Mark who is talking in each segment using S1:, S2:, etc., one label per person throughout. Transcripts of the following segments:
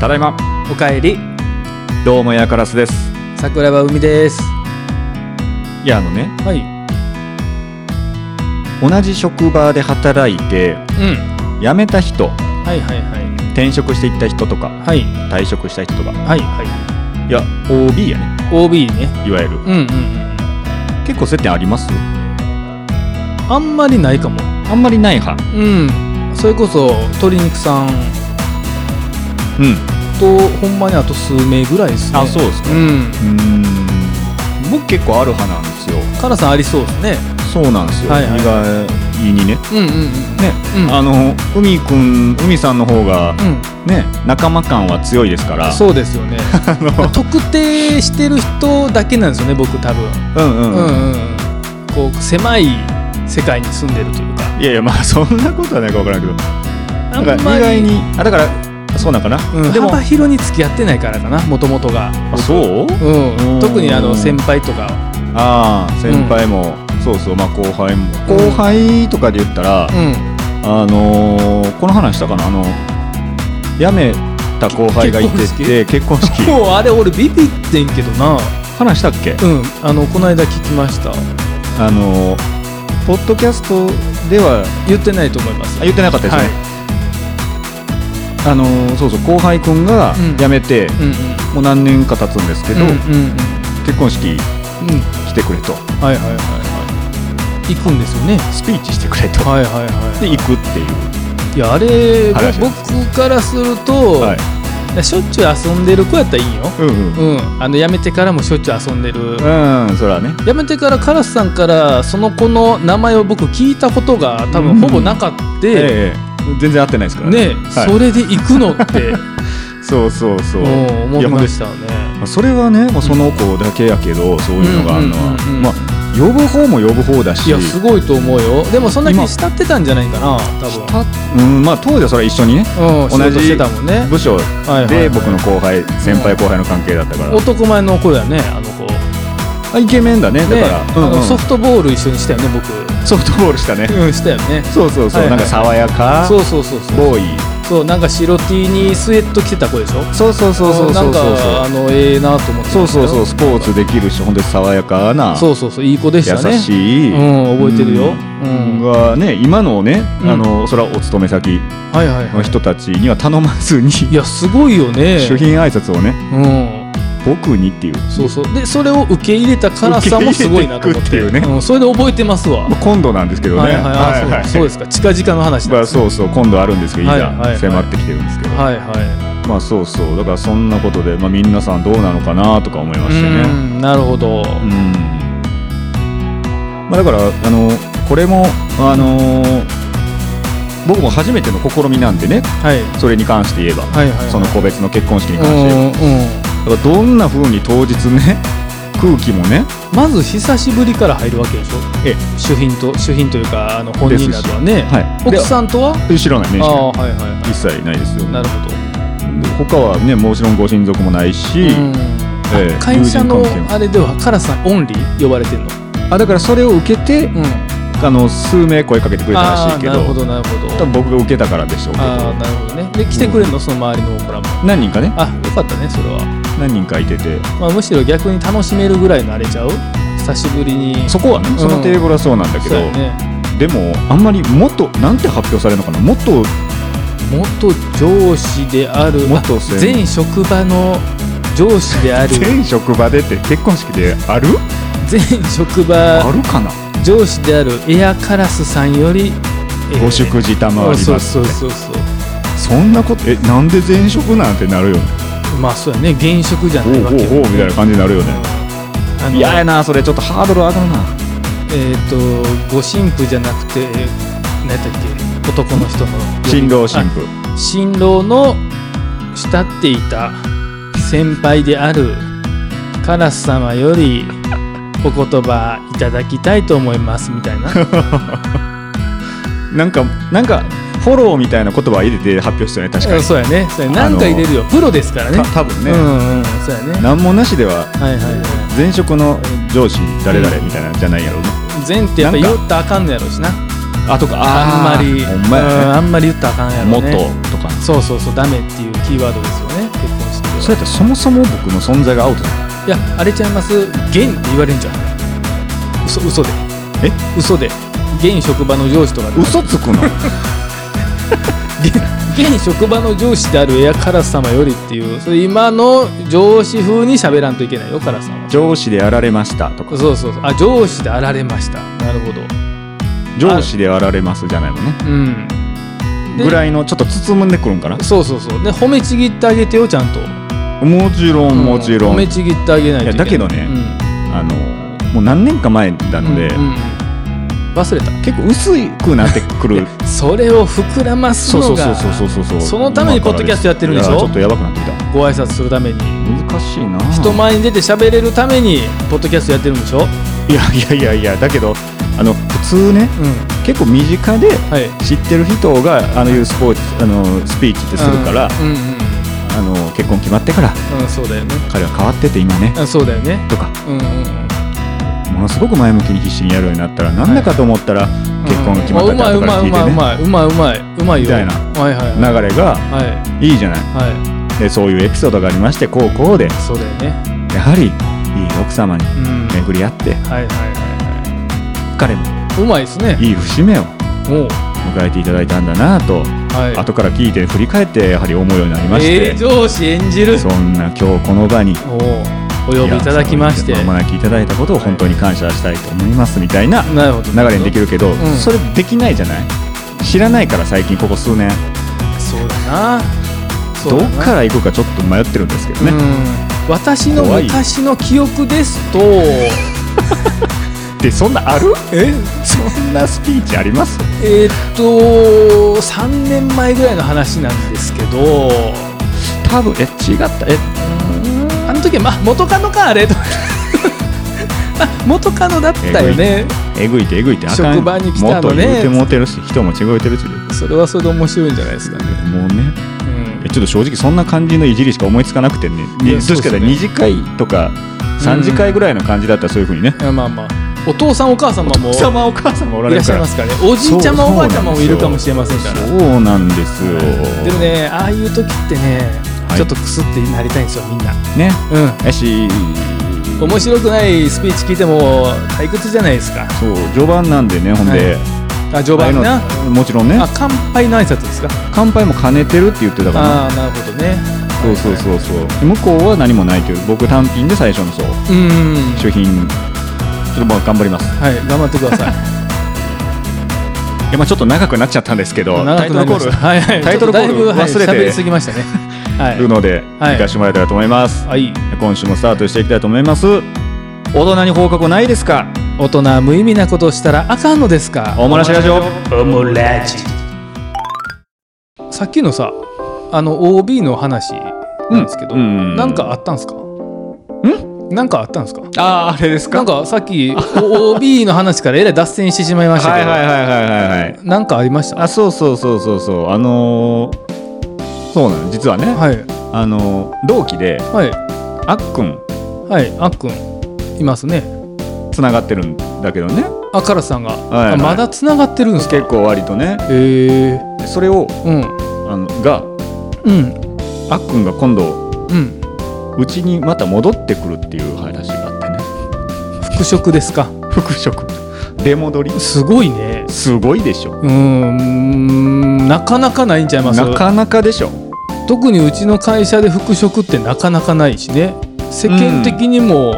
S1: ただいま
S2: おかえり
S1: どうもエアカラスです
S2: 桜庭海です
S1: いやあのね
S2: はい
S1: 同じ職場で働いて
S2: うん
S1: 辞めた人
S2: はいはいはい
S1: 転職していった人とか
S2: はい
S1: 退職した人とか
S2: はいはい
S1: いや OB やね
S2: OB ね
S1: いわゆる
S2: うんうんうん
S1: 結構接点あります
S2: あんまりないかも
S1: あんまりない派
S2: うんそれこそ鶏肉さん
S1: うん
S2: とほんまにあと数名ぐらいですね
S1: あそうですか
S2: うん
S1: うーん僕結構ある派なんですよ
S2: カナさんありそうですね
S1: そうなんですよ、
S2: はいはい
S1: 意外にね
S2: うんうんうん
S1: ね、
S2: うん
S1: あの海くん海さんの方が
S2: うん
S1: ね仲間感は強いですから
S2: そうです よね特定してる人だけなんですよね僕多分
S1: うんう、
S2: うんん
S1: うん
S2: うんうんこう狭い世界に住んでるというか
S1: いやいやまあそんなことはないか分からんけど
S2: あん
S1: な
S2: ま
S1: ん
S2: り
S1: か意外にあだからそうなんかな、
S2: うん、
S1: でも
S2: 幅広に付き合ってないからかなもともとが、
S1: あそう
S2: う
S1: うん
S2: ん、特にあの先輩とか
S1: ああ先輩も、そうそうまあ後輩も
S2: うん
S1: 後輩とかで言ったら、
S2: うん
S1: あのーこの話したかなあの辞めた後輩がいてて結婚式
S2: もうあれ俺ビビってんけどな
S1: 話したっけ
S2: うんあのこの間聞きました
S1: あのポッドキャストでは
S2: 言ってないと思います
S1: あ言ってなかったですね、
S2: は
S1: あのそうそう後輩くんが
S2: うん
S1: 辞めて、
S2: いうん
S1: もう何年か経つんですけど、
S2: うんうんうん
S1: 結婚式
S2: うんうん
S1: 来てくれと
S2: はいはいはいはい行くんですよね
S1: スピーチしてくれと、
S2: はいはいはい
S1: で行くっていう、
S2: いやあれぼ
S1: 話
S2: 僕からすると、
S1: はい
S2: しょっちゅう遊んでる子やったらいいよ
S1: うんうん
S2: うんあの辞めてからもしょっちゅう遊んでる
S1: うんそれはね
S2: 辞めてからカラスさんからその子の名前を僕聞いたことが多分ほぼなかった、
S1: ええ全然合ってないですから
S2: ね、
S1: はい
S2: それで行くのって
S1: そうそう そう
S2: もう思
S1: いやほ
S2: い
S1: ん
S2: ま
S1: で
S2: したよね。
S1: それはねもうその子だけやけど、そういうのがあるのは、
S2: うんうんうんうん
S1: まあ呼ぶ方も呼ぶ方だし
S2: いやすごいと思うよでもそんなに
S1: 今
S2: 慕ってたんじゃないかな多分
S1: うんまあ当時はそれは一緒にね
S2: うん、仕
S1: 同
S2: 事
S1: じ
S2: してたもんね、
S1: 部署
S2: はいはいは
S1: で
S2: い
S1: 僕の後輩先輩後輩の関係だったから、
S2: 男前の子だよねあの子ね
S1: あイケメンだねだから、うんうん
S2: あのソフトボール一緒にしたよね僕
S1: ソフトボールしたね
S2: うんしたよね
S1: そうそうそう、
S2: はい
S1: な
S2: はい
S1: んか爽やか
S2: そうそうそうそう
S1: ボーイ
S2: そうなんか白 T にスウェット着てた子でしょ
S1: そうそうそうそう
S2: な
S1: そ
S2: ん
S1: うそう
S2: かあのええなと思って
S1: そうそうそう
S2: そ
S1: スポーツできるし本当に爽やかな
S2: うそうそういい子でしたね
S1: 優しい、
S2: うん覚えてるよ
S1: うん
S2: うん
S1: がね今のね、
S2: うん
S1: あのそれはお勤め先
S2: はいはいは
S1: の
S2: い
S1: 人たちには頼まずに、
S2: いやすごいよね
S1: 主品挨拶をね
S2: うん
S1: 僕にっていう
S2: そうそうでそれを受け入れたカラスさんもすごいなと思って
S1: 受け入れてくっていうね
S2: ん、それで覚えてますわ、
S1: まあ今度なんですけどね
S2: はいはいあそうそうですか近々の話なん
S1: ま
S2: で
S1: あ、
S2: すね、
S1: そうそう今度あるんですけどいざ、
S2: はいはいはい
S1: 迫ってきてるんですけど、
S2: はいは
S1: まあそうそうだからそんなことで、まあ、皆さんどうなのかなとか思いま
S2: い
S1: してね
S2: うんなるほど、
S1: うんまあだからあのこれもあの僕も初めての試みなんでね
S2: はい
S1: それに関して言えば、
S2: はいはい
S1: その個別の結婚式に関して
S2: う
S1: 言え
S2: んうん
S1: ばだからどんな風に当日ね 空気もね
S2: まず久しぶりから入るわけでしょ
S1: ええ
S2: 主賓と主賓というかあの本人だとはね、
S1: はい
S2: 奥さんとは
S1: で知らないね
S2: ああはいはいは
S1: 一切ないですよ
S2: いなるほど、
S1: 他はねもちろんご親族もないし、
S2: うんあ
S1: ええ
S2: 会社の
S1: 友人関係も
S2: あれではカラスさんオンリー呼ばれてんの、う
S1: あだからそれを受けて
S2: ん、
S1: あの数名声かけてくれたらしいけど
S2: あーなるほどなるほど
S1: 多分僕が受けたからでしょうけ
S2: ああ
S1: ど
S2: なるほどねで来てくれるの、その周りのほらも
S1: 何人かね
S2: あよかったねそれは、
S1: 何人かいてて
S2: まあ、むしろ逆に楽しめるぐらいのあれちゃう久しぶりに
S1: そこはね
S2: うん
S1: そのテーブルはそうなんだけど、
S2: そうやね
S1: でもあんまりもっとなんて発表されるのかなもっと
S2: 元上司である
S1: 元
S2: あ
S1: 先
S2: 全職場の上司である
S1: 全職場でって結婚式である
S2: 全職
S1: あ
S2: 場
S1: るかな
S2: 上司であるエアカラスさんより、えー
S1: ご祝儀賜ります
S2: そう
S1: って
S2: そうそうそう
S1: そんなことえなんで前職なんてなるよね
S2: まあそうやね現職じゃ
S1: おう
S2: ないわけよ
S1: おうおうみたいな感じになるよね
S2: あの
S1: 嫌やなそれちょっとハードル上がるな
S2: えっ、とご神父じゃなくてえー何やったっけ男の人の
S1: 新郎新婦
S2: あ新郎の慕っていた先輩であるカラス様よりお言葉いただきたいと思いますみ たいな
S1: なんかなんかフォローみたいな言葉入れて発表したよね確かに、
S2: そうやねそうやね何か入れるよプロですからね
S1: た多分ね、
S2: うんうんそうやね
S1: 何もなしでは
S2: はいはいは
S1: 前職の上司誰々みたいなんじゃないやろうね、
S2: い前ってやっぱ言ったらあかんのやろうしな
S1: あとか
S2: あんまり
S1: ほ
S2: うん
S1: まやね
S2: んあんまり言ったらあかんやろうね
S1: 元とか
S2: そうそうそうダメっていうキーワードですよね
S1: そうやったらそもそも僕の存在がアウトだ
S2: いやあれちゃいますゲンって言われんじゃん嘘嘘で
S1: え
S2: 嘘で現職場の上司とかで
S1: 嘘つ くの
S2: 現現職場の上司であるエアカラス様よりっていうそれ今の上司風に喋らんといけないよカラスさんは
S1: 上司でやられましたとか
S2: そうそうそうあ上司であられましたなるほど
S1: 上司でやられますじゃないもんね
S2: うんで
S1: ぐらいのちょっと包んでくるんかな
S2: そうそうそうで褒めちぎってあげてよちゃんと
S1: もちろんもちろ
S2: 褒
S1: ん、
S2: めちぎってあげないといけない
S1: いやだけどねあのもう何年か前な
S2: うん
S1: ので、
S2: うんうん忘れた
S1: 結構薄くなってくる
S2: それを膨らます
S1: そうそ
S2: の
S1: うそうそう
S2: が
S1: そうそうそう
S2: そのためにポッドキャストやってるんでしょ
S1: いちょっとやばくなってきた
S2: ご挨拶するために
S1: 難しいな
S2: 人前に出て喋れるためにポッドキャストやってるんでしょ、うん、
S1: いやいやいやいやだけどあの普通ね結構身近で
S2: はい
S1: 知ってる人があのいうスポーツあのスピーチってするから、
S2: うんうん
S1: あの結婚決まってから
S2: うん、うん、そうだよね
S1: 彼は変わってて今ね
S2: うんそうだよね
S1: とか
S2: うんうんうん
S1: ものすごく前向きに必死にやるようになったらなんだかと思ったら結婚が決まった
S2: う
S1: っ
S2: ん
S1: て
S2: あう
S1: 後から
S2: ま
S1: 聞
S2: い
S1: いう
S2: まいう
S1: てね
S2: まいうまいうまいうまい
S1: み
S2: よ
S1: たいな
S2: はいはいはい
S1: 流れが
S2: はい
S1: いいじゃない
S2: は
S1: でそういうエピソードがありましてこうこうで
S2: いそうだよね
S1: やはりいい奥様に
S2: うん
S1: 巡り合って
S2: はいはいはいは
S1: 彼も
S2: いうまいですね
S1: いい節目を
S2: もう
S1: 迎えていただいたんだなと
S2: はい
S1: 後から聞いて振り返ってやはり思うようになりまし
S2: え
S1: て
S2: え、上司演じる
S1: そんな今日この場に
S2: おおお呼びいただきまして
S1: お招きいただいたことを本当に感謝したいと思いますみたいな
S2: なるほど
S1: 流れにでき
S2: る
S1: るけど、
S2: ん
S1: それできないじゃない知らないから最近ここ数年
S2: そうだなそ
S1: ど
S2: う
S1: っ
S2: だな
S1: から行くかちょっと迷ってるんですけどね、
S2: うん、私の
S1: 怖い
S2: 昔の記憶ですと
S1: でそんなある
S2: え
S1: そんなスピーチあります
S2: えーっと3年前ぐらいの話なんですけど
S1: 多分え違ったえ
S2: あの時は、まあ、元カノかあれと あ元カノだったよね
S1: えぐいてえぐいてあかん
S2: 職場に来
S1: もっ
S2: たのね
S1: と言うてもうてるし人も違うてるし
S2: それはそれで面白いんじゃないですかね、
S1: もうね
S2: うん
S1: えちょっと正直そんな感じのいじりしか思いつかなくてね
S2: いや
S1: にどっちかで
S2: そうっすね
S1: 2次会とか3次会ぐらいの感じだったらそういうふうにね、
S2: いやまあまあお父さんお母様も
S1: お父様お母様おら
S2: い
S1: れ
S2: ら
S1: る
S2: っし
S1: か
S2: ゃい
S1: ら
S2: ますからねおじいちゃまおばあちゃまもいるかもしれませんから
S1: そうなんですよ
S2: でもねああいう時ってね、
S1: はい
S2: ちょっとクスってなりたいんですよみんな
S1: ね
S2: うん
S1: やし
S2: 面白くないスピーチ聞いても退屈じゃないですか
S1: そう序盤なんでねほんで、
S2: あ序盤
S1: ああ
S2: な
S1: いうのもちろんね
S2: あ乾杯の挨拶ですか
S1: 乾杯も兼ねてるって言ってたから
S2: ああーなるほどね
S1: そうそう
S2: う
S1: そうそう向こうは何もないという僕単品で最初のそう
S2: うん
S1: 主品ちょっとまあ頑張ります
S2: はい頑張ってく ださい
S1: いやまあちょっと長くなっちゃったんですけどタ
S2: 長
S1: イ
S2: く
S1: ト
S2: な
S1: ル
S2: り
S1: コ
S2: まし
S1: ール
S2: たはいはい
S1: タイトルコール
S2: ちょっとだいぶはい
S1: 忘れて
S2: 喋りすぎましたねは
S1: する
S2: い
S1: ので
S2: はい
S1: 行かしてもらえたらと思います、
S2: はい
S1: 今週もスタートしていきたいと思います大人に放課後ないですか
S2: 大人は無意味なことをしたらあかんのですか
S1: おもらしラジオ
S2: オモラジさっきのさあの OB の話なんですけど、
S1: うんうん
S2: なんかあったんすかんなんかあったんすか
S1: あああれです
S2: なんかさっき OB の話からえらい脱線してしまいました
S1: は
S2: け
S1: い
S2: ど、
S1: はいはいはいはいはい
S2: なんかありました
S1: あそうそうそうそうそうあのー、そうなの実はね、
S2: はい
S1: あのー同期で
S2: はい
S1: あっくん
S2: はいあっくんいますね
S1: つながってるんだけどね
S2: あからさんが、
S1: いはい
S2: あまだつながってるんですか
S1: 結構割とね
S2: へえ
S1: それを
S2: うん
S1: あのが
S2: うん
S1: あっくんが今度
S2: うん
S1: うちにまた戻ってくるっていう話があってね
S2: 復職ですか
S1: 復職出戻り
S2: すごいね
S1: すごいでしょ
S2: うーんなかなかないんちゃいます
S1: なかなかでしょ
S2: 特にうちの会社で復職ってなかなかないしね世間的にも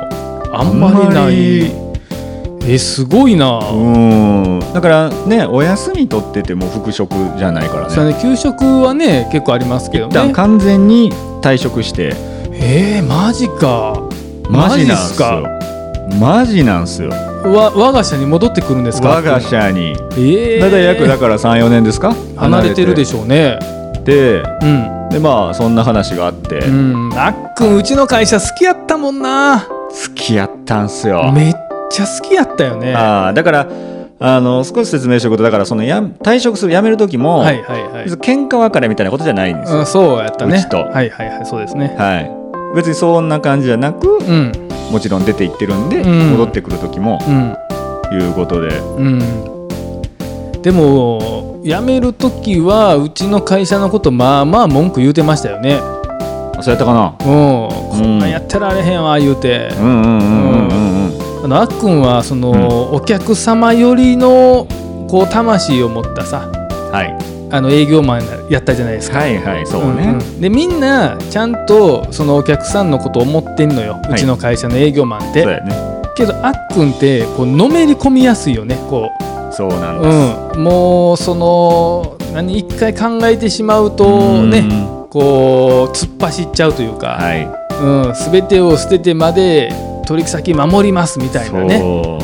S2: あんまりない、
S1: あん
S2: えすごいな、
S1: うーんだからねお休み取ってても復職じゃないから
S2: そう
S1: ね
S2: ね給食はね結構ありますけど
S1: 一旦
S2: ね
S1: 完全に退職して
S2: えー、マジか
S1: マジ
S2: で
S1: なん
S2: す
S1: すよ
S2: か
S1: マジなんすよ
S2: わ我が社に戻ってくるんですか
S1: 我が社に
S2: えー、
S1: 大体約だから34年ですか
S2: 離れてるで
S1: し
S2: しょうね
S1: ょで
S2: うん、
S1: でまあそんな話があって、
S2: うん、あっくんうちの会社好きやったもんな
S1: 付き合ったんすよ
S2: めっちゃ好きやったよねは
S1: ああだからあの少し説明しておくとだからそのや退職する辞める時も、
S2: いはいはい、
S1: 別に喧嘩別れみたいなことじゃないんですよ、
S2: うん、そうやったね
S1: うちと
S2: はいはいはいそうですね
S1: はい別にそんな感じじゃなく
S2: うん
S1: もちろん出て行ってるんで、
S2: うん
S1: 戻ってくる時も
S2: うん
S1: いうことで
S2: うんでも辞める時はうちの会社のことまあまあ文句言うてましたよね
S1: そうやったかな
S2: もうこんなんやってられへんわ言うて、
S1: うんうんうんうんうんうん
S2: あのあっくんはその、
S1: うん
S2: お客様よりのこう魂を持ったさ
S1: はい
S2: あの営業マンやったじゃないですか。
S1: はいはいそうね、
S2: んんでみんなちゃんとそのお客さんのことを思ってんのよ、
S1: いう
S2: ちの会社の営業マンって
S1: そうやね
S2: けどあっくんってこうのめり込みやすいよねこ
S1: そうな
S2: う、
S1: んです、
S2: うん、もうその何一回考えてしまうと
S1: うん
S2: ねこう突っ走っちゃうというか、
S1: はい
S2: うん、全てを捨ててまで取引先守りますみたいなね
S1: そ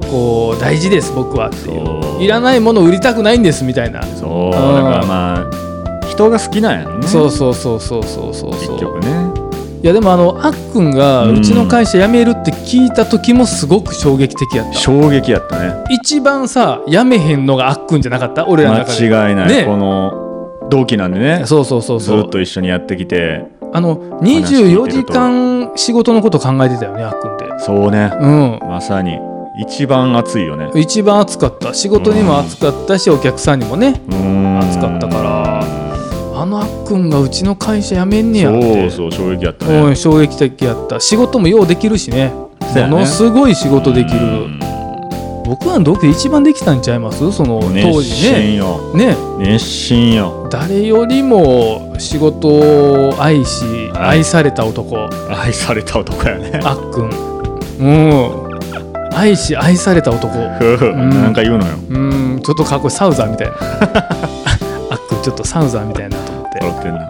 S1: う
S2: こう大事です僕はって
S1: そ
S2: いう
S1: う
S2: いらないもの売りたくないんですみたいな、
S1: そうだ
S2: ん
S1: からまあ人が好きなんやろね
S2: そうそうそうそうそうそう
S1: 結
S2: そう
S1: 局ね
S2: いやでもあのあっくんが
S1: うん
S2: うちの会社辞めるって聞いた時もすごく衝撃的やった、
S1: 衝撃やったね
S2: 一番さ辞めへんのがあっくんじゃなかった俺らの中で
S1: 間違いない、
S2: ね
S1: この同期なんでね
S2: そうそうそうそ
S1: ず
S2: う
S1: っと一緒にやってきて
S2: あの24時間仕事のこと考えてたよねあっくんって
S1: そうね
S2: うん
S1: まさに一番熱いよね
S2: 一番暑かった仕事にも暑かったし、お客さんにもね暑
S1: 暑
S2: かったからあのあっくんがうちの会社辞めんねやって
S1: そうそう衝撃やった
S2: う
S1: ね
S2: ん衝撃的やった仕事もようできるしね
S1: そうやね
S2: ものすごい仕事でき
S1: う
S2: る
S1: ん
S2: 僕らの同期で一番できたんちゃいますその当
S1: 熱
S2: 時
S1: 心
S2: ね
S1: よ
S2: ね
S1: 熱心よ
S2: 誰よりも仕事を愛し
S1: はい
S2: 愛され た男
S1: 愛された男やね
S2: あっくんうん愛し愛された男ん
S1: なん か言うのよ
S2: うんちょっとかっこいいサウザーみたいな あっくんちょっとサウザーみたいなと思って、
S1: 笑ってんな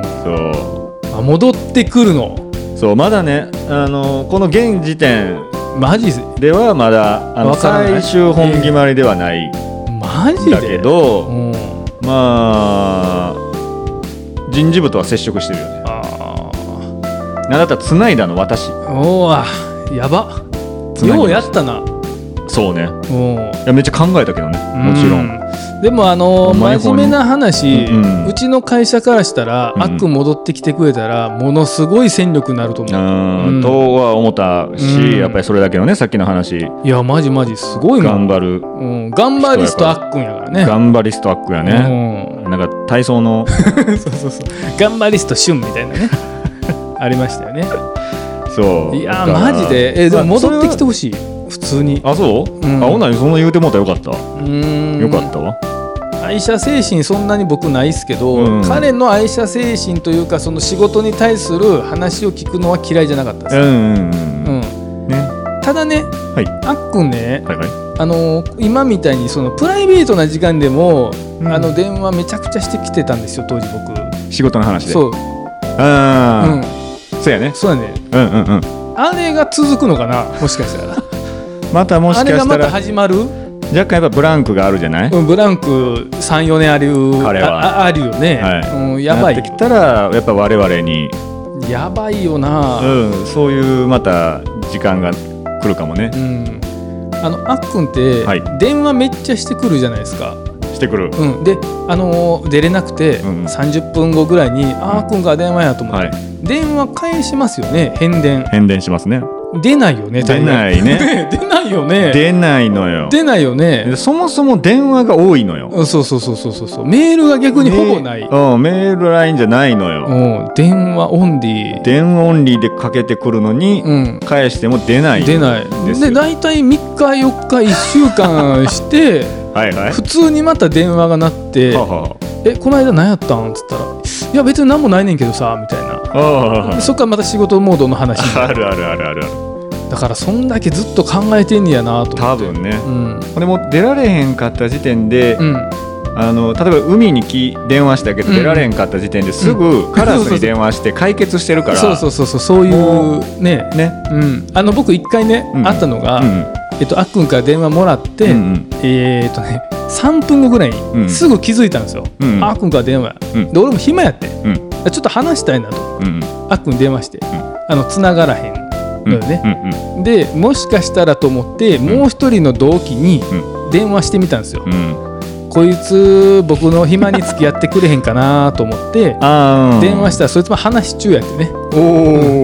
S2: う、
S1: そうん
S2: あ戻ってくるの
S1: そうまだねあのこの現時点
S2: マジ
S1: ではまだあの
S2: わからない
S1: 最終本決まりではないん
S2: マジで
S1: だけ
S2: う
S1: ど、
S2: ん、
S1: まあ人事部とは接触してるよね
S2: あー
S1: なんだったら繋いだの私
S2: おわやば
S1: つなぎました
S2: ようやったな
S1: そうね
S2: うん
S1: いやめっちゃ考えたけどねもちろん
S2: うんでもあの
S1: ほんまに
S2: 真面目な話、
S1: ほ
S2: うん
S1: まにうん
S2: ちの会社からしたら、
S1: うん
S2: あっくん戻ってきてくれたらものすごい戦力になると思う、
S1: うん
S2: うん
S1: とは思ったし、
S2: うん
S1: やっぱりそれだけのねさっきの話
S2: いやマジマジすごいも
S1: 頑
S2: ん、
S1: 張る、
S2: うん、頑張りストあっくんやからね
S1: 頑張りストアックやね、なんか体操 の
S2: うん、そうそうそう頑張りスト旬みたいな ねありましたよね
S1: そう
S2: いや
S1: だから
S2: マジでえでも
S1: まあそれ
S2: 戻
S1: は
S2: ってきてほしい普通に
S1: あそう、
S2: うん
S1: あほんならその言うてもうたらよかった、
S2: よ
S1: よかったわ
S2: 愛社精神そんなに僕ないっすけど、
S1: うん
S2: 彼の愛社精神というかその仕事に対する話を聞くのは嫌いじゃなかった
S1: う
S2: です、
S1: んうんうん、
S2: うん
S1: ね
S2: ただね、
S1: い
S2: あっくんね、
S1: はいはい
S2: あのー今みたいにそのプライベートな時間でも、
S1: うん
S2: あの電話めちゃくちゃしてきてたんですよ当時僕
S1: 仕事の話で
S2: そう、う
S1: あ
S2: ん、
S1: あ、そうやね
S2: そうだね
S1: うんうんうん
S2: あれが続くのかなもしかしたら
S1: またもし
S2: あ
S1: か
S2: れが
S1: した
S2: ま
S1: ら
S2: た始まる、
S1: 若干やっぱブランクがあるじゃない、
S2: うん、ブランク34年ある
S1: 彼は
S2: あああるよね、
S1: は
S2: うん、やば
S1: なって
S2: い
S1: きたらやっぱ我々に、
S2: やばいよな、
S1: うん、そういうまた時間が来るかもね
S2: う、ん、あのあっくんって
S1: はい
S2: 電話めっちゃしてくるじゃないですか、
S1: してくる
S2: うん、で、あのー出れなくて
S1: うんうん
S2: 30分後ぐらいに、あーあっくんから電話やと思って、
S1: はい
S2: 電話返しますよね変電
S1: 変電しますね
S2: 出ないよね
S1: 出ないね
S2: 大概出ないよね
S1: 出ないのよ
S2: 出ないよね
S1: でそもそも電話が多いのよ
S2: うんそうそうそうそうそうそうメールが逆にほぼない、
S1: メーうん、メールラインじゃないのよ
S2: うん、電話オンリー
S1: 電話オンリーでかけてくるのに、
S2: うん
S1: 返しても出ない
S2: 出ない
S1: ですよ
S2: で大体3日4日1週間して
S1: はいはい
S2: 普通にまた電話が鳴って、
S1: はあは
S2: えこの間何やったん?」っつったら「いや別に何もないねんけどさ」みたいな
S1: ああ あ
S2: そっからまた仕事モードの話
S1: ああるあるあるあるある
S2: だからそんだけずっと考えてんねやなと
S1: 多
S2: 思って
S1: 分ね、
S2: うん
S1: これも出られへんかった時点で、
S2: うん
S1: あの例えば海にき電話したけど
S2: うん
S1: 出られへんかった時点ですぐカラスに電話して解決してるから
S2: そうそうそうそうそうい
S1: も
S2: うね
S1: ね
S2: うん、あの僕一回ね、
S1: うん
S2: あったのが、
S1: うん
S2: えっと、あっくんから電話もらって、
S1: うん
S2: えーっとね3分後ぐらい
S1: ん
S2: にすぐ気づいたんですよ、
S1: うん
S2: あっくんから電話や、
S1: うん
S2: で俺も暇やって
S1: うんうん
S2: ちょっと話したいなと
S1: うん
S2: あっくんに電話して、あの繋がらへんのよね、
S1: うん
S2: でもしかしたらと思って
S1: ん
S2: もう一人の同期に
S1: う
S2: 電話してみたんですよ、
S1: うんうん
S2: こいつ僕の暇に付き合ってくれへんかなと思って
S1: あー
S2: 電話したらそいつも話し中やってね、
S1: お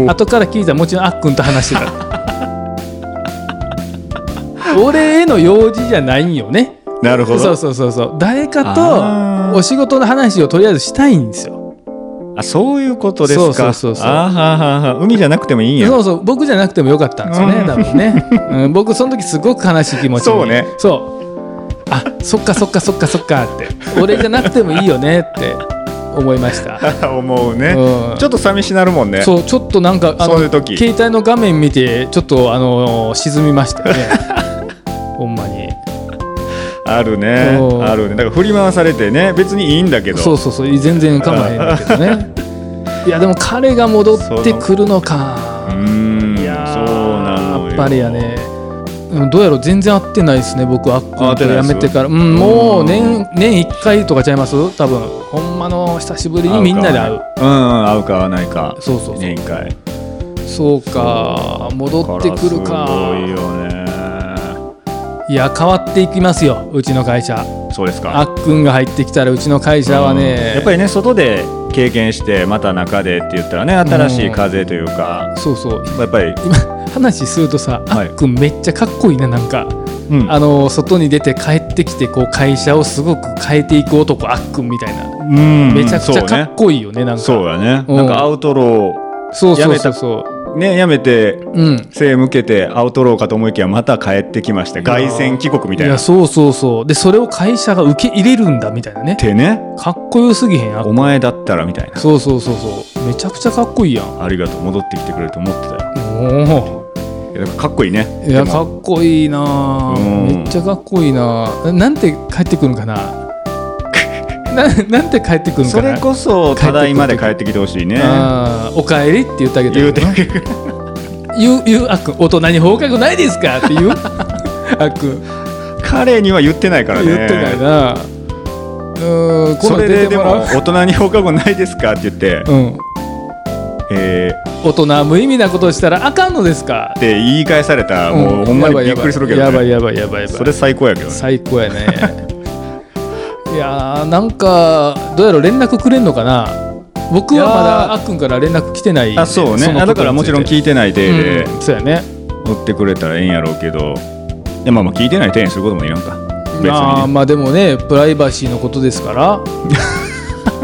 S1: ー
S2: 後から聞いたらもちろんあっくんと 話してた俺への用事じゃないんよね
S1: なるほ
S2: そう
S1: ど
S2: そうそうそう誰か
S1: あー
S2: とお仕事の話をとりあえずしたいんですよ
S1: あそういうことですか
S2: そうそうそうそう
S1: あははは海じゃなくてもいいんや
S2: そうそう僕じゃなくてもよかったんですよね、
S1: うん
S2: 多分ね、うん、僕その時すごく悲しい気持ちに
S1: そうね
S2: そうあそっかそっかそっかそっかって俺じゃなくてもいいよねって思いました、
S1: 思うね、
S2: うん、
S1: ちょっと寂しなるもんね
S2: そうちょっとなんかあの
S1: そういう時
S2: 携帯の画面見てちょっとあの沈みました よねほんまに
S1: あるね
S2: そう
S1: あるねだから振り回されてね別にいいんだけど
S2: そうそうそう全然かまへんだけど ねいやでも彼が戻ってくるのか
S1: うーん
S2: いや
S1: そ
S2: ー
S1: うなのよ
S2: やっぱりやねうんどうやろう全然会ってないですね僕あっ
S1: 会っ
S2: こ
S1: てない
S2: や
S1: っす
S2: めてから、うん、もう
S1: う
S2: 年年1回とかちゃいます多分ほんまの久しぶりにみんなで会う
S1: うんうん会うか会わないか
S2: そうそうそう
S1: 年会
S2: そうか戻ってくるか
S1: すごいよね
S2: いや変わっていきますようちの会社
S1: そうですか
S2: あっくんが入ってきたらうちの会社はね、
S1: うんやっぱりね外で経験してまた中でって言ったらね新しい風というか、
S2: そうそう
S1: やっぱり、
S2: 今話するとさ、
S1: はい
S2: あっくんめっちゃかっこいいななんか、
S1: うん
S2: あの外に出て帰ってきてこう会社をすごく変えていく男あっくんみたいな
S1: うん
S2: めちゃくちゃか
S1: そうね
S2: っこいいよねなんか
S1: そうやね、
S2: うん
S1: なんかアウトロ
S2: そう
S1: や
S2: そう
S1: め
S2: そ
S1: た
S2: うそう
S1: ーねやめて
S2: うん
S1: 背向けてアウトローかと思いきやまた帰ってきまして凱旋帰国み
S2: い
S1: たいな
S2: や
S1: っ
S2: そうそうそうでそれを会社が受け入れるんだみたいなね
S1: てね
S2: かっこよすぎへんあっ
S1: お前だったらみたいな
S2: そうそうそうそうめちゃくちゃかっこいいやん
S1: ありがとう戻ってきてくれると思ってたよ
S2: お
S1: いやだからかっこいいね
S2: おいや
S1: でも
S2: かっこいいな
S1: うん
S2: めっちゃかっこいいなななんて帰ってくるん かなななんて帰ってくるん
S1: そ
S2: か
S1: れ
S2: な
S1: こそただいまで帰ってきてほしいね
S2: あーおかえりって言ってあげて
S1: 言うて
S2: 言う言うあっくん大人に放課後ないですかって 言うあっくん
S1: 彼には言ってないからね
S2: 言ってないなうーん今
S1: そ
S2: 度
S1: れ
S2: 出
S1: で
S2: て
S1: で
S2: も
S1: も
S2: らう
S1: 大人に放課後ないですかって言って、
S2: うん
S1: えー、
S2: 大人は無意味なことをしたらあかんのですか
S1: って言い返されたらもうほんまにびっくりするけど、ね
S2: やばいやばいやばいやばいやばい
S1: それ最高やけどね
S2: 最高やね いやーなんかどうやろ連絡くれんのかな僕はま
S1: い
S2: だ
S1: や
S2: あっくんから連絡来てない
S1: あそうね
S2: のこと
S1: あだからもちろん
S2: につい
S1: 聞いてない
S2: て
S1: 体で
S2: うんそうやね
S1: 追ってくれたらええんやろうけど、いやまあまあ聞いてない体にすることもいらんか別に、ね、
S2: まあまあでもねプライバシーのことで すから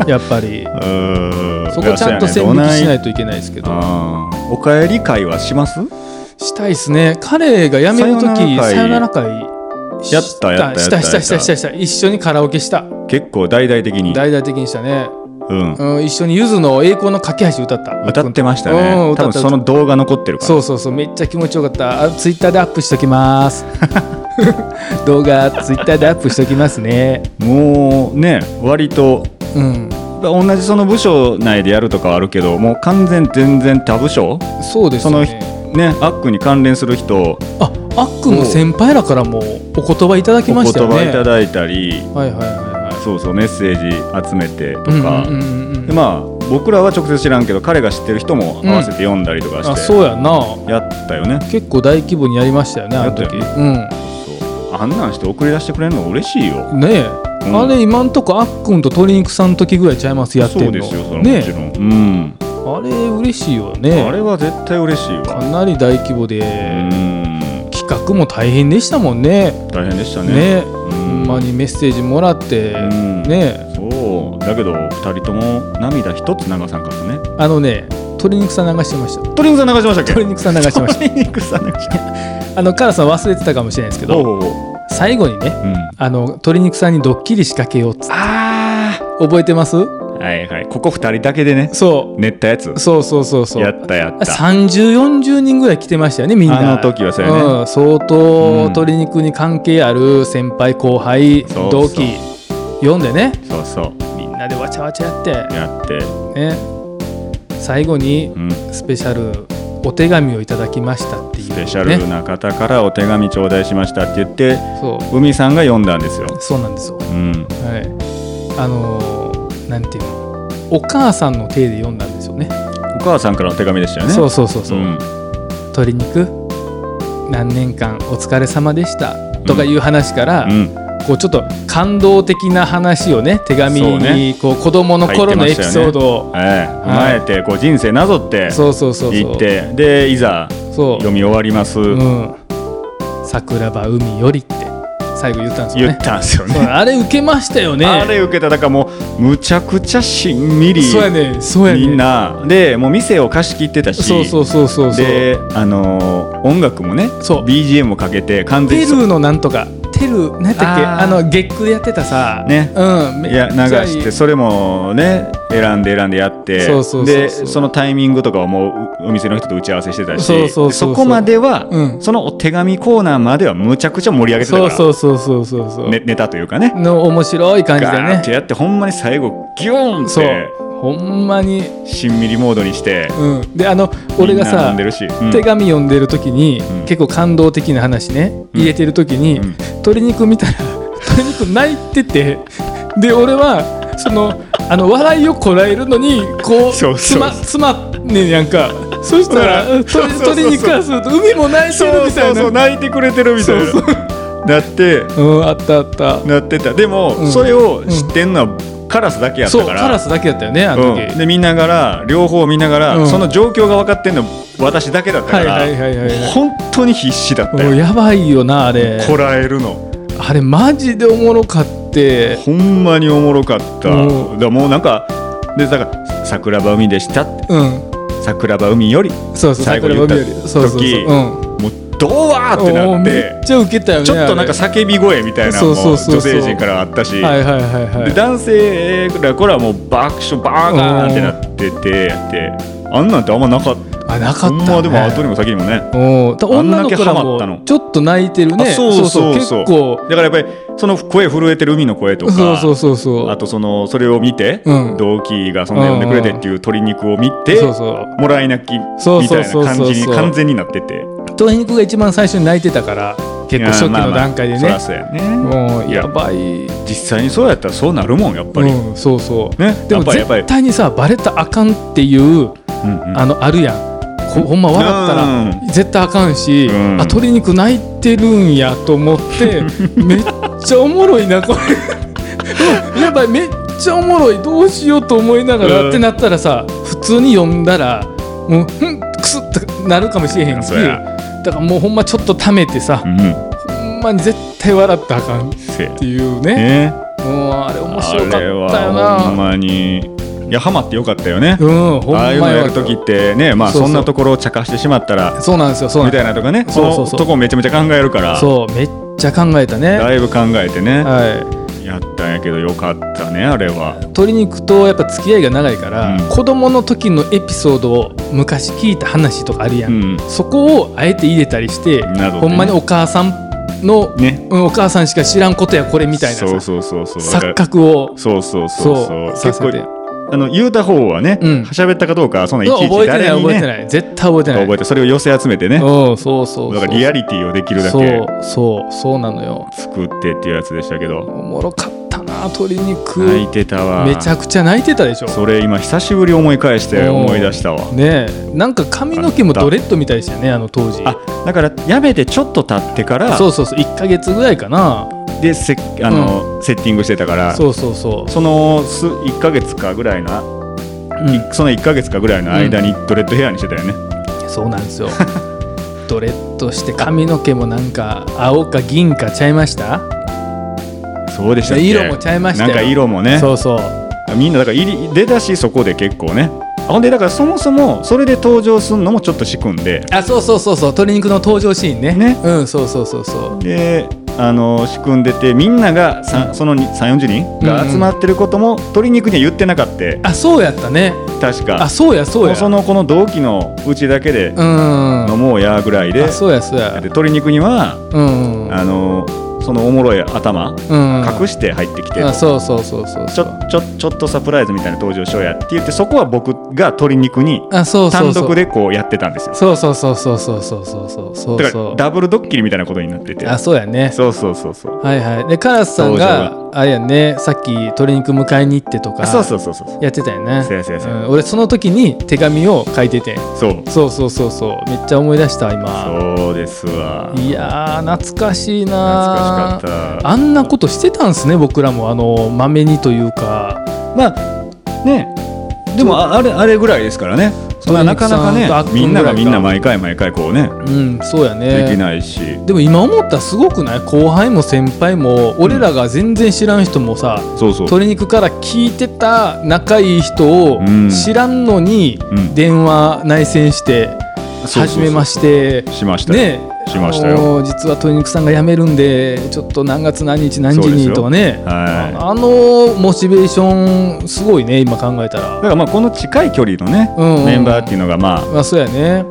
S2: やっぱり
S1: うー
S2: そこちゃんと線
S1: いや
S2: 引
S1: そうやね
S2: きし
S1: ど
S2: な
S1: ない
S2: いといけないですけど
S1: あーおかえり会はします
S2: したいですね彼が辞める時
S1: さ
S2: さ
S1: よな
S2: よな
S1: ら
S2: ら会
S1: やったやった
S2: した
S1: やった
S2: したしたしたした一緒にカラオケした
S1: 結構大々的に、
S2: 大々的にしたね、
S1: うん、
S2: うん、一緒にゆずの栄光の架け橋歌った
S1: 歌ってました
S2: うん
S1: ね多
S2: 歌っ
S1: 分
S2: た
S1: その動画残ってるから
S2: そうそうそうめっちゃ気持ちよかったあツイッターでアップしときます 動画ツイッターでアップしときますね
S1: もうね割と
S2: うん
S1: 同じその部署内でやるとかはあるけどもう完全全然他部署
S2: そうです
S1: そ
S2: よ
S1: の
S2: ね
S1: ねアックに関連する人
S2: ああっくんも先輩らからもお言葉いただき
S1: お
S2: ま
S1: 言
S2: したよね
S1: 葉いただいたり
S2: はいはいは
S1: そうそうメッセージ集めてと
S2: いはい
S1: か、
S2: うんうんうんうん
S1: でまあ僕らは直接知らんけど彼が知ってる人も合わせて読んだりとか
S2: あ
S1: して、
S2: そうやな
S1: やったよね
S2: 結構大規模にやりましたよねあの時
S1: やそうあんなんして送り出してくれるの嬉しいよ
S2: うんね
S1: う
S2: え、
S1: ん
S2: あれ今んとこあっくんと鶏肉さんの時ぐらいちゃいますやって
S1: そ
S2: る
S1: うで
S2: の
S1: すよそのも
S2: ね
S1: ち
S2: え
S1: ろん、うん、
S2: あれ嬉しいよね
S1: あれは絶対嬉しい
S2: か
S1: わ
S2: なり大規模で、
S1: うん
S2: 企画も大変でしたもんね
S1: 大変でしたね
S2: ね
S1: うん
S2: ほんまにメッセージもらって、
S1: うん
S2: ね
S1: そうだけど2人とも涙一つ流さんかったね
S2: あのね鶏肉さん流してました
S1: 鳥肉さん流しましたっ
S2: 鶏肉さん流してま した
S1: 鳥肉さん流しました
S2: あのカラさん忘れてたかもしれないですけ
S1: ほう
S2: ど
S1: ほうほう
S2: 最後にね
S1: うん
S2: あの鶏肉さんにドッキリ仕掛けようっつ
S1: あ
S2: 覚えてます
S1: ーはいはいここ2人だけでね
S2: そ
S1: 練ったやつ
S2: うそうそうそうそう
S1: やったやった
S2: 3040人ぐらい来てましたよねみんな
S1: あの時はそうやね
S2: ん、相
S1: うん
S2: 当鶏肉に関係ある先輩後輩
S1: そう
S2: 同期読んでね
S1: そうそう
S2: みんなでわちゃわちゃやって
S1: やって
S2: ね、最後に
S1: うん
S2: スペシャルお手紙をいただきましたっていう、ね、
S1: スペシャルな方からお手紙頂戴しましたって言って
S2: そ
S1: 海さんが読んだんですよ
S2: うそうなんですよ、は
S1: うん
S2: い、あのーなんていうのお母さんの手で読んだんですよね
S1: お母さんからの手紙でしたよね
S2: そうそうそうそう、
S1: うん
S2: 鶏肉何年間お疲れ様でしたとかいう話から、
S1: うん
S2: こうちょっと感動的な話をね手紙
S1: そう
S2: に
S1: ね
S2: こう子供の頃のエピソードを、
S1: ええ踏まえてこう人生なぞって
S2: そうそうそうそ
S1: 言っ
S2: う
S1: てでいざ
S2: そう
S1: 読み終わります
S2: うん、桜庭海よりって最後言ったんですよ
S1: 言
S2: ね
S1: っ。たんですよ
S2: そう
S1: ね。
S2: あれ受けましたよね。
S1: あれ受けただからもうむちゃくちゃしんみり
S2: そうやね。そうやね。
S1: みん。なでもう店を貸し切ってたし
S2: そうそうそうそうそう。ペ
S1: であのー音楽もね
S2: そう
S1: BGM をかけて完全
S2: ル
S1: にそう
S2: ーのなんとか。テルなんやったっけ
S1: あ
S2: あ
S1: ー
S2: の月9でやってたさ。
S1: ね
S2: うん。め
S1: いや流
S2: めっ
S1: し
S2: ちゃ
S1: て
S2: いい
S1: それもね選んで選んでやって
S2: そうそうそうそう
S1: でそのタイミングとかをもううお店の人と打ち合わせしてたし
S2: そうそうそうそう
S1: こまでは、
S2: うん
S1: そのお手紙コーナーまではむちゃくちゃ盛り上げてたか
S2: そ
S1: ら
S2: うそうそうそうそうそう。
S1: ね、ネタというかね
S2: の面白い感じで
S1: ガーンって
S2: ね。
S1: やってほんまに最後ギューンっ
S2: そう
S1: て。
S2: ほんまに。
S1: しんみりモードにして、
S2: うん。であの俺が
S1: みんな飲
S2: さ
S1: んで。るし、うん
S2: 手紙読んでる時に、
S1: ん
S2: 結構感動的な話ね、
S1: うん
S2: 入れてる時に、
S1: うん
S2: 鶏肉見たら 鶏肉泣いててで俺はそのあの笑いをこらえるのにこう
S1: そう
S2: つ
S1: そう
S2: まつまんねんやんかそしたら
S1: うんそう
S2: 鶏
S1: そうそう
S2: 鶏肉からすると海も泣いてる
S1: そう
S2: みた
S1: そ
S2: いうな
S1: そう泣いてくれてるみたいな
S2: そう
S1: なって
S2: うんあったあった
S1: なってたでも、
S2: うん
S1: それを知ってんのはカラスだけやった
S2: そう
S1: か
S2: カ
S1: ら
S2: ラスだけだったよねあの時、
S1: うんで見ながら両方見ながら、
S2: うん
S1: その状況が分かってんの私だけだったか
S2: はい
S1: ら、
S2: はいはいはいはい
S1: 本当に必死だった
S2: もう
S1: よ
S2: やばいよなあれ
S1: こらえるの
S2: あれマジでおもろかって
S1: ほんまにおもろかった、だ
S2: う
S1: からもうなんかでだから桜庭海でしたって
S2: うん
S1: 桜庭海より
S2: そうそう
S1: 最後言
S2: 桜庭
S1: った
S2: 海よりそうそうそう
S1: 時
S2: うん
S1: もうドワーって
S2: お
S1: な
S2: ー
S1: っ
S2: め
S1: て
S2: っちゃウケたよね
S1: ちょっとなんか
S2: あ
S1: 叫び声みたいなのも
S2: そう
S1: 女
S2: そうそうそう
S1: 性陣からあったし、
S2: れはいはいはいは
S1: で
S2: い
S1: 男性らこれはもう爆笑バーガーンってなっててってあんなんてあんまなかった
S2: あなか
S1: ほ
S2: った、ね、
S1: んまでも後にも先にもね
S2: おーだ
S1: あん
S2: 女
S1: だ
S2: の
S1: け
S2: 子ら
S1: ハマったの
S2: もちょっと泣いてるね
S1: あそうそうそう
S2: 結構
S1: だからやっぱりその声震えてる海の声とか
S2: そうそうそうそう
S1: あとそのそれを見て、
S2: うん
S1: 同期がそんな呼んでくれてっていう鶏肉を見て、
S2: そうそう
S1: もらい泣きみ
S2: そう
S1: た
S2: そう
S1: い
S2: そうそう
S1: な感じに
S2: そう
S1: 完全になってて
S2: 鶏肉が一番最初に泣いてたから結構初期の段階で
S1: い
S2: ね
S1: やまあまあそらそうやね
S2: もう
S1: いや
S2: やばい
S1: 実際にそうやったらそうなるもんやっぱり、
S2: うん、そうそう
S1: ね
S2: でも
S1: やっぱりや
S2: 絶
S1: っぱ
S2: 対にさバレたらあかんってい
S1: り、
S2: う
S1: うんうん
S2: あのあるやんこほんま笑ったら
S1: うん
S2: 絶対あかんし、
S1: うん
S2: あ鶏肉泣いてるんやと思って めっちゃおもろいなこれ やばいめっちゃおもろいどうしようと思いながら、
S1: うん
S2: ってなったらさ普通に読んだらもう「ふんくす」ってなるかもしれへんし
S1: そりゃ
S2: だからもうほんまちょっとためてさ、
S1: うん
S2: ほんまに絶対笑ったらあかんっ
S1: せや
S2: ていうね
S1: ね
S2: もうあれ面白かっ
S1: あ
S2: た
S1: れ
S2: よ
S1: はほん
S2: な。
S1: まにいやハマってよかったよね、
S2: うん、ほんま
S1: ああいうのやる時ってねまあ
S2: そうそう
S1: そんなところを茶化してしまったら
S2: そうなんですよそうな
S1: み
S2: んで
S1: たいなとかねそ
S2: そうそう
S1: の
S2: そう
S1: とこめちゃめちゃ考えるから
S2: すそうめっちゃ考えたね
S1: だいぶ考えてね、
S2: はい
S1: やったんやけどよかったねあれは
S2: 鶏肉とやっぱ付き合いが長いか
S1: う
S2: ら、
S1: ん
S2: 子供の時のエピソードを昔聞いた話とかあるや、
S1: うんん
S2: そこをあえて入れたりして、
S1: なるほどね
S2: ほんまにお母さんの、
S1: ね
S2: うんお母さんしか知らんことやこれみたいなさ
S1: そうそうそうそう
S2: 錯覚を
S1: そうそうそ
S2: そうう
S1: そう
S2: させて
S1: 結構あの言うた方はね
S2: うん
S1: 喋、ったかどうかはそんないちいち
S2: 覚えてない
S1: 誰に
S2: 覚えて
S1: ね
S2: ない絶対覚えてない
S1: 覚えてそれを寄せ集めてね
S2: うんそうそうそう
S1: だからリア
S2: リ
S1: リティをできるだ
S2: そ
S1: け
S2: うそうそうなのよ
S1: 作ってっていうやつでしたけど
S2: おもろかったな鶏肉
S1: 泣いてたわ
S2: めちゃくちゃ泣いてたでしょ
S1: それ今久しぶり思い返して思い出したわ
S2: ねえなんか髪の毛もドレッドみたいでしたよねあの当時
S1: あだからやめてちょっと経ってから
S2: そうそうそう1か月ぐらいかな
S1: でせあの、セッティングしてたから
S2: そうそうそう
S1: その数1か月かぐらいの、いその1か月かぐらいの間にドレッドヘアにしてたよね、
S2: そうな んですよドレッドして髪の毛もなんか青か銀かちゃいました
S1: そうでしたっけ
S2: 色もちゃいました
S1: な
S2: よ
S1: んか色もね
S2: そうそう
S1: みんなだから入り出だしそこで結構ねほんでだからそもそもそれで登場するのもちょっと仕組んで
S2: あそうそうそうそう鶏肉の登場シーンね
S1: ね
S2: うんそうそうそうそう
S1: であの仕組んでてみんながさその3 4 0人が集まってることも鶏肉には言ってなかった
S2: あそうやったね
S1: 確
S2: あ
S1: か
S2: そうやそうや
S1: そのこの同期のうちだけで
S2: うん
S1: 飲もうやぐらいで
S2: あそうやそうや
S1: で鶏肉には
S2: うん
S1: あのそのおもろい頭
S2: うん
S1: 隠して入ってきて
S2: あそうそうそうそう
S1: ちょちょちょっとサプライズみたいな登場しようやって言ってそこは僕が鶏肉に
S2: あそうそう
S1: 単
S2: そう
S1: 独でこうやってたんですよ
S2: そうそうそうそうそうそうそうそうそう
S1: だか
S2: そ
S1: ら
S2: う
S1: ダブルドッキリみたいなことになってて
S2: あそうやね
S1: そうそうそうそう
S2: はいはいでカラスさんがあれやねさっき鶏肉迎えに行ってとか
S1: あそうそうそうそう
S2: やってたよね
S1: そうやそうやそうや
S2: ん俺その時に手紙を書いてて
S1: そう
S2: そうそうそうそうめっちゃ思い出した今
S1: そうですわ懐
S2: いやー懐かしいな
S1: かしかった
S2: あんなことしてたんすね僕らもあのまめにというか
S1: まあねでもああれあれぐらいですからねまあ、なかなかね
S2: トレンチさんとあっくん
S1: みんながみんな
S2: ぐら
S1: 毎回毎回こうね、
S2: うんそうや
S1: でき
S2: ね
S1: ないし
S2: でも今思ったらすごくない後輩も先輩も俺らが全然知らん人もさ、
S1: そうそう
S2: 鶏肉から聞いてた仲いい人を
S1: うん
S2: 知らんのに
S1: うん
S2: 電話内戦して
S1: そうそうそう
S2: 初めまして
S1: しましたよ
S2: ね
S1: しましたよ
S2: あのー実は鶏肉さんが辞めるんでちょっと何月何日何時にとかね
S1: はい
S2: あのモチベーションすごいね今考えたら
S1: だからまあこの近い距離のね、
S2: うんうん
S1: メンバーっていうのがま
S2: まあそうやね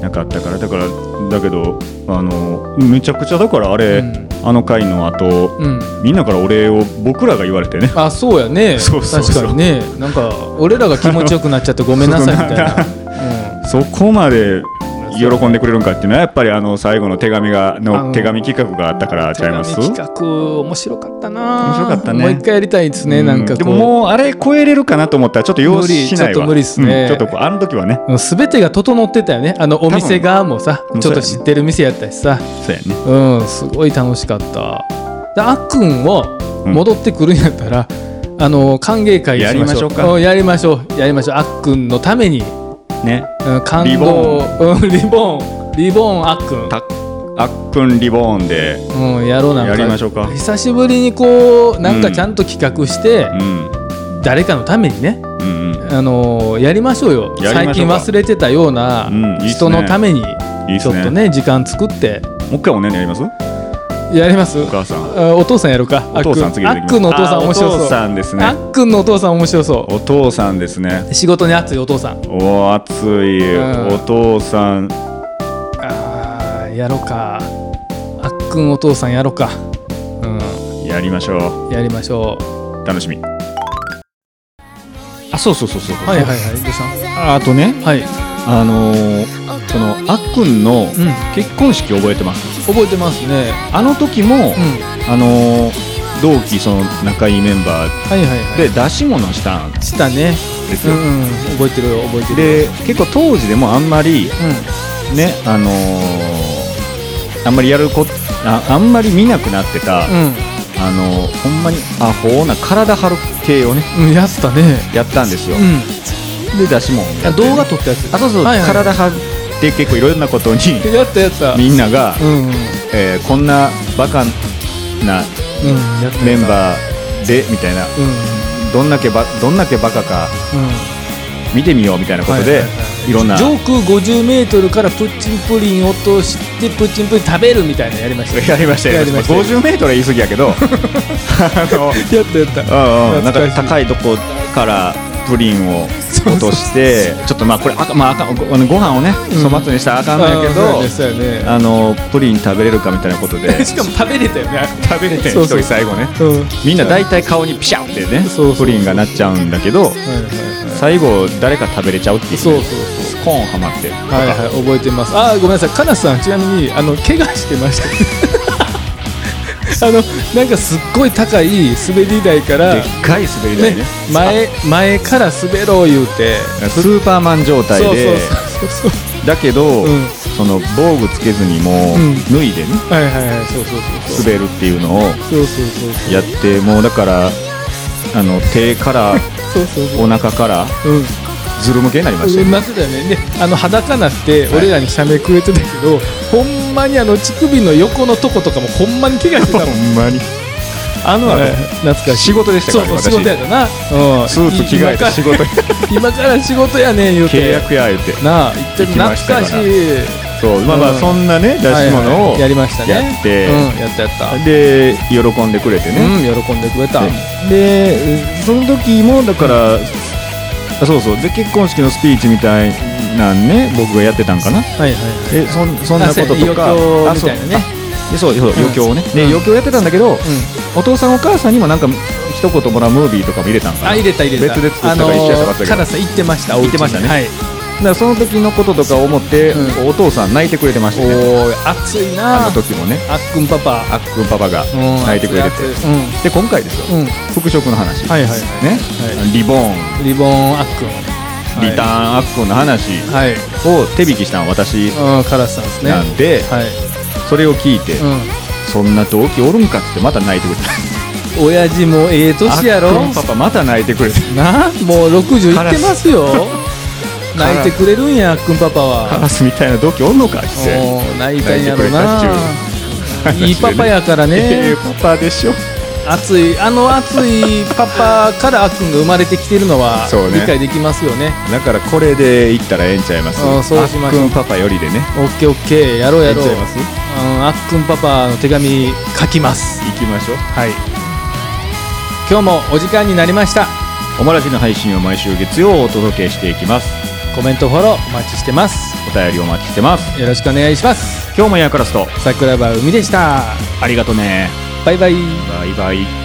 S1: あなかったからだからだけどあのめちゃくちゃだからあれ、
S2: うん
S1: あの回の後
S2: うん
S1: みんなからお礼を僕らが言われてね
S2: あそうやね
S1: そうそうそう
S2: 確かにねなんか俺らが気持ちよくなっちゃってごめんなさいみたいなう ん
S1: そこまで喜んでくれるんかっていうのはやっぱりあの最後の手紙が
S2: あの
S1: の手紙企画があったからちゃいます
S2: 手紙企画面白かったな
S1: 面白かったね
S2: もう一回やりたいですね、
S1: うん
S2: なんか
S1: で
S2: こ
S1: も
S2: う
S1: もうあれ超えれるかなと思ったらちょっと用意しないわ
S2: 無理ちょっと無理っすね
S1: うんちょっとこうあの時はね
S2: 全てが整ってたよねあのお店側もさ
S1: 多分
S2: ちょっと知ってる店やったしさ
S1: そうやね
S2: うんすごい楽しかったであっくんは
S1: うん
S2: 戻ってくるんやったら、あの歓迎会
S1: やりましょうか
S2: んやりましょうやりましょうあっくんのために、
S1: ね
S2: うん、感動
S1: リボ
S2: ン、うん、リボンリボンあっくん
S1: たあっくんリボーンで
S2: うん、やろうなんか
S1: やりましょうか
S2: 久しぶりにこうなんかちゃんと企画して、
S1: うん
S2: 誰かのためにね、
S1: うんうん
S2: あのーやりましょうよ
S1: やり
S2: 最
S1: まし
S2: 近
S1: ょうか
S2: 忘れてたような
S1: うんいいっすね
S2: 人のために
S1: いいっ
S2: ち
S1: す
S2: ょっと
S1: ね
S2: ね,、時間作って
S1: もう一回おねんやります
S2: やります
S1: お母さん
S2: あお父さんやろうか
S1: お父さん次
S2: あ
S1: で
S2: っ
S1: き
S2: くん
S1: ま
S2: あ
S1: す
S2: っくんのお父さん
S1: あ
S2: 面白
S1: お
S2: そ
S1: 父
S2: う
S1: さんですね
S2: あっくんのお父さん面白そ
S1: お父さんですね
S2: う仕事に熱いお父さん
S1: お熱い
S2: うん
S1: お父さん
S2: あーやろうかあっくんお父さんやろうかう
S1: やりましょ
S2: んやりましょう
S1: う楽しみあそうそうそうそう
S2: はいはいはいどうした
S1: ああとね
S2: はい、うん、
S1: あのーそのあっくんの結婚式覚えてます
S2: 覚えてますね
S1: あの時も
S2: うん
S1: あのー同期その仲いいメンバー
S2: はいはいは
S1: で
S2: い
S1: 出し物したんで
S2: したね
S1: す
S2: う
S1: よ
S2: ん、うん、覚えてるよ覚えてるよ
S1: で結構当時でもあんまり
S2: う
S1: ねあのーあんまりやるこああんまり見なくなってた、
S2: ん
S1: あのーほんまにアホな体張る系をね
S2: うん、うん、やってたね
S1: やったんですよ、
S2: う
S1: で出し物
S2: んあ動画撮ったやつ
S1: あそうそう、
S2: はいはい
S1: 体張って結構いろんなことに
S2: やったやった
S1: みんなが、
S2: うんうん
S1: えーこんなバカな
S2: やった
S1: メンバーでみたいな
S2: うんうん
S1: どんだけばどんだけバカか見てみようみたいなことで、
S2: はい
S1: い
S2: はいはい
S1: ろんな
S2: 上空50メートルからプッチンプリン落としてプッチンプリン食べるみたいなのやりました
S1: やりましたよ
S2: やりました
S1: 50メートルは言い過ぎや けどあの
S2: やったやった
S1: うんうん、なん
S2: 懐かしい
S1: か高いとこからプリンを落としてちょっとまあこれあか、まあ、あかんごあのご飯をね
S2: うん
S1: 粗末にしたらあかんのやけ
S2: あ
S1: ど、
S2: ーそうやねそうやね
S1: あのプリン食べれるかみたいなことで
S2: しかも食べれたよね
S1: 食べれて
S2: そう
S1: 一
S2: そう
S1: 人最後ね
S2: うん
S1: みんな大体顔にピシャってね
S2: そうそうそう
S1: プリンがなっちゃうんだけど
S2: はい はいは
S1: 最後誰か食べれちゃうっていう,、ね、
S2: いそうそうそう
S1: コーンはまって
S2: はいはい覚えてますあーごめんなさいかなさんちなみにあの怪我してました あのなんかすっごい高い滑り台から
S1: でっかい滑り台ね
S2: ね、前前から滑ろう言うて
S1: あスーパーマン状態で
S2: そうそうそうそう
S1: だけど、
S2: うん
S1: その防具つけずにもう
S2: うん
S1: 脱いでね
S2: はいはいはいそうそうそうそう
S1: 滑るっていうのを
S2: そうそうそうそう
S1: やってもうだからあの手から
S2: そうそうそう
S1: お腹から
S2: うん
S1: ズル向けになりましたよ、
S2: なってたよねであの裸なって俺らにしゃべくれてたけど、ほんまにあの乳首の横のとことかもほんまに怪我してたもん
S1: ほんまに
S2: あの
S1: はい
S2: 懐かしい
S1: 仕事でした
S2: そう
S1: から
S2: そう
S1: 私
S2: 仕事やったな、うん、
S1: スーツ着替えて仕事に
S2: 今から今から仕事やねん言うて
S1: 契約や言うて
S2: なあ言って
S1: 行きま
S2: 懐
S1: したか
S2: からしい
S1: そうまあまあ
S2: うん
S1: そんなね出し物
S2: は
S1: を
S2: いやりましたね
S1: やって
S2: うん、やったやった、
S1: で喜んでくれてね、
S2: うん喜んでくれた、
S1: でその時もだから、あそうそうで結婚式のスピーチみたいなんね僕がやってたんかな
S2: はいはいはい
S1: でそんそんなこととか
S2: あ
S1: あ
S2: そう余興みたいなね
S1: そうあでそうそう余興をね、で余興やってたんだけど、お父さんお母さんにもなんか一言もらうムービーとかも入れたんかな
S2: あ入れた入れた
S1: 別で作ったから一緒やったかったけど
S2: あのーカラさん行ってました
S1: 行ってましたね
S2: はい
S1: だからその時のこととか思って、
S2: う
S1: お父さん泣いてくれてましたね
S2: おお熱いな
S1: あの時もね
S2: あっくんパパ
S1: あっくんパパが
S2: うん
S1: 泣いてくれてて
S2: 熱い熱いうん
S1: で今回ですよ、
S2: うん
S1: 服飾の話、
S2: はいはいはい
S1: ね、リボン
S2: リボンあっくん
S1: リターンアッコの話
S2: はい、
S1: を手引きしたのは私
S2: はい、うんカラスさんですね
S1: なんで、
S2: はい、
S1: それを聞いて、そんな同期おるんかっつってまた泣いてくれ
S2: うん親父もええ
S1: た
S2: 年やろ
S1: あっくんパパまた泣いてくれて
S2: なあもう60いってますよ泣いてくれるんやあっくんパパ
S1: カ
S2: は
S1: ラスみたいな同期おんのかって
S2: おー泣いたんやろな
S1: 泣いてくれたっ話でね
S2: いいパパやから
S1: え
S2: ね
S1: えパパでしょ
S2: 熱いあの熱いパパからあっくんが生まれてきてるのは
S1: そうね
S2: 理解できますよね
S1: だからこれで行ったらええんちゃいます
S2: あそうしましょう
S1: あっくんパパよりでね
S2: オッケーオッケーやろうやろ
S1: や
S2: う
S1: っちゃいます
S2: うんあっくんパパの手紙書きます
S1: 行きましょう
S2: はい今日もお時間になりました
S1: おもらしの配信を毎週月曜お届けしていきます
S2: コメントフォローお待ちしてます
S1: お便りお待ちしてます
S2: よろしくお願いします
S1: 今日もエアカラスと
S2: 桜庭海でした
S1: ありがとね
S2: バイバイ
S1: バイバイ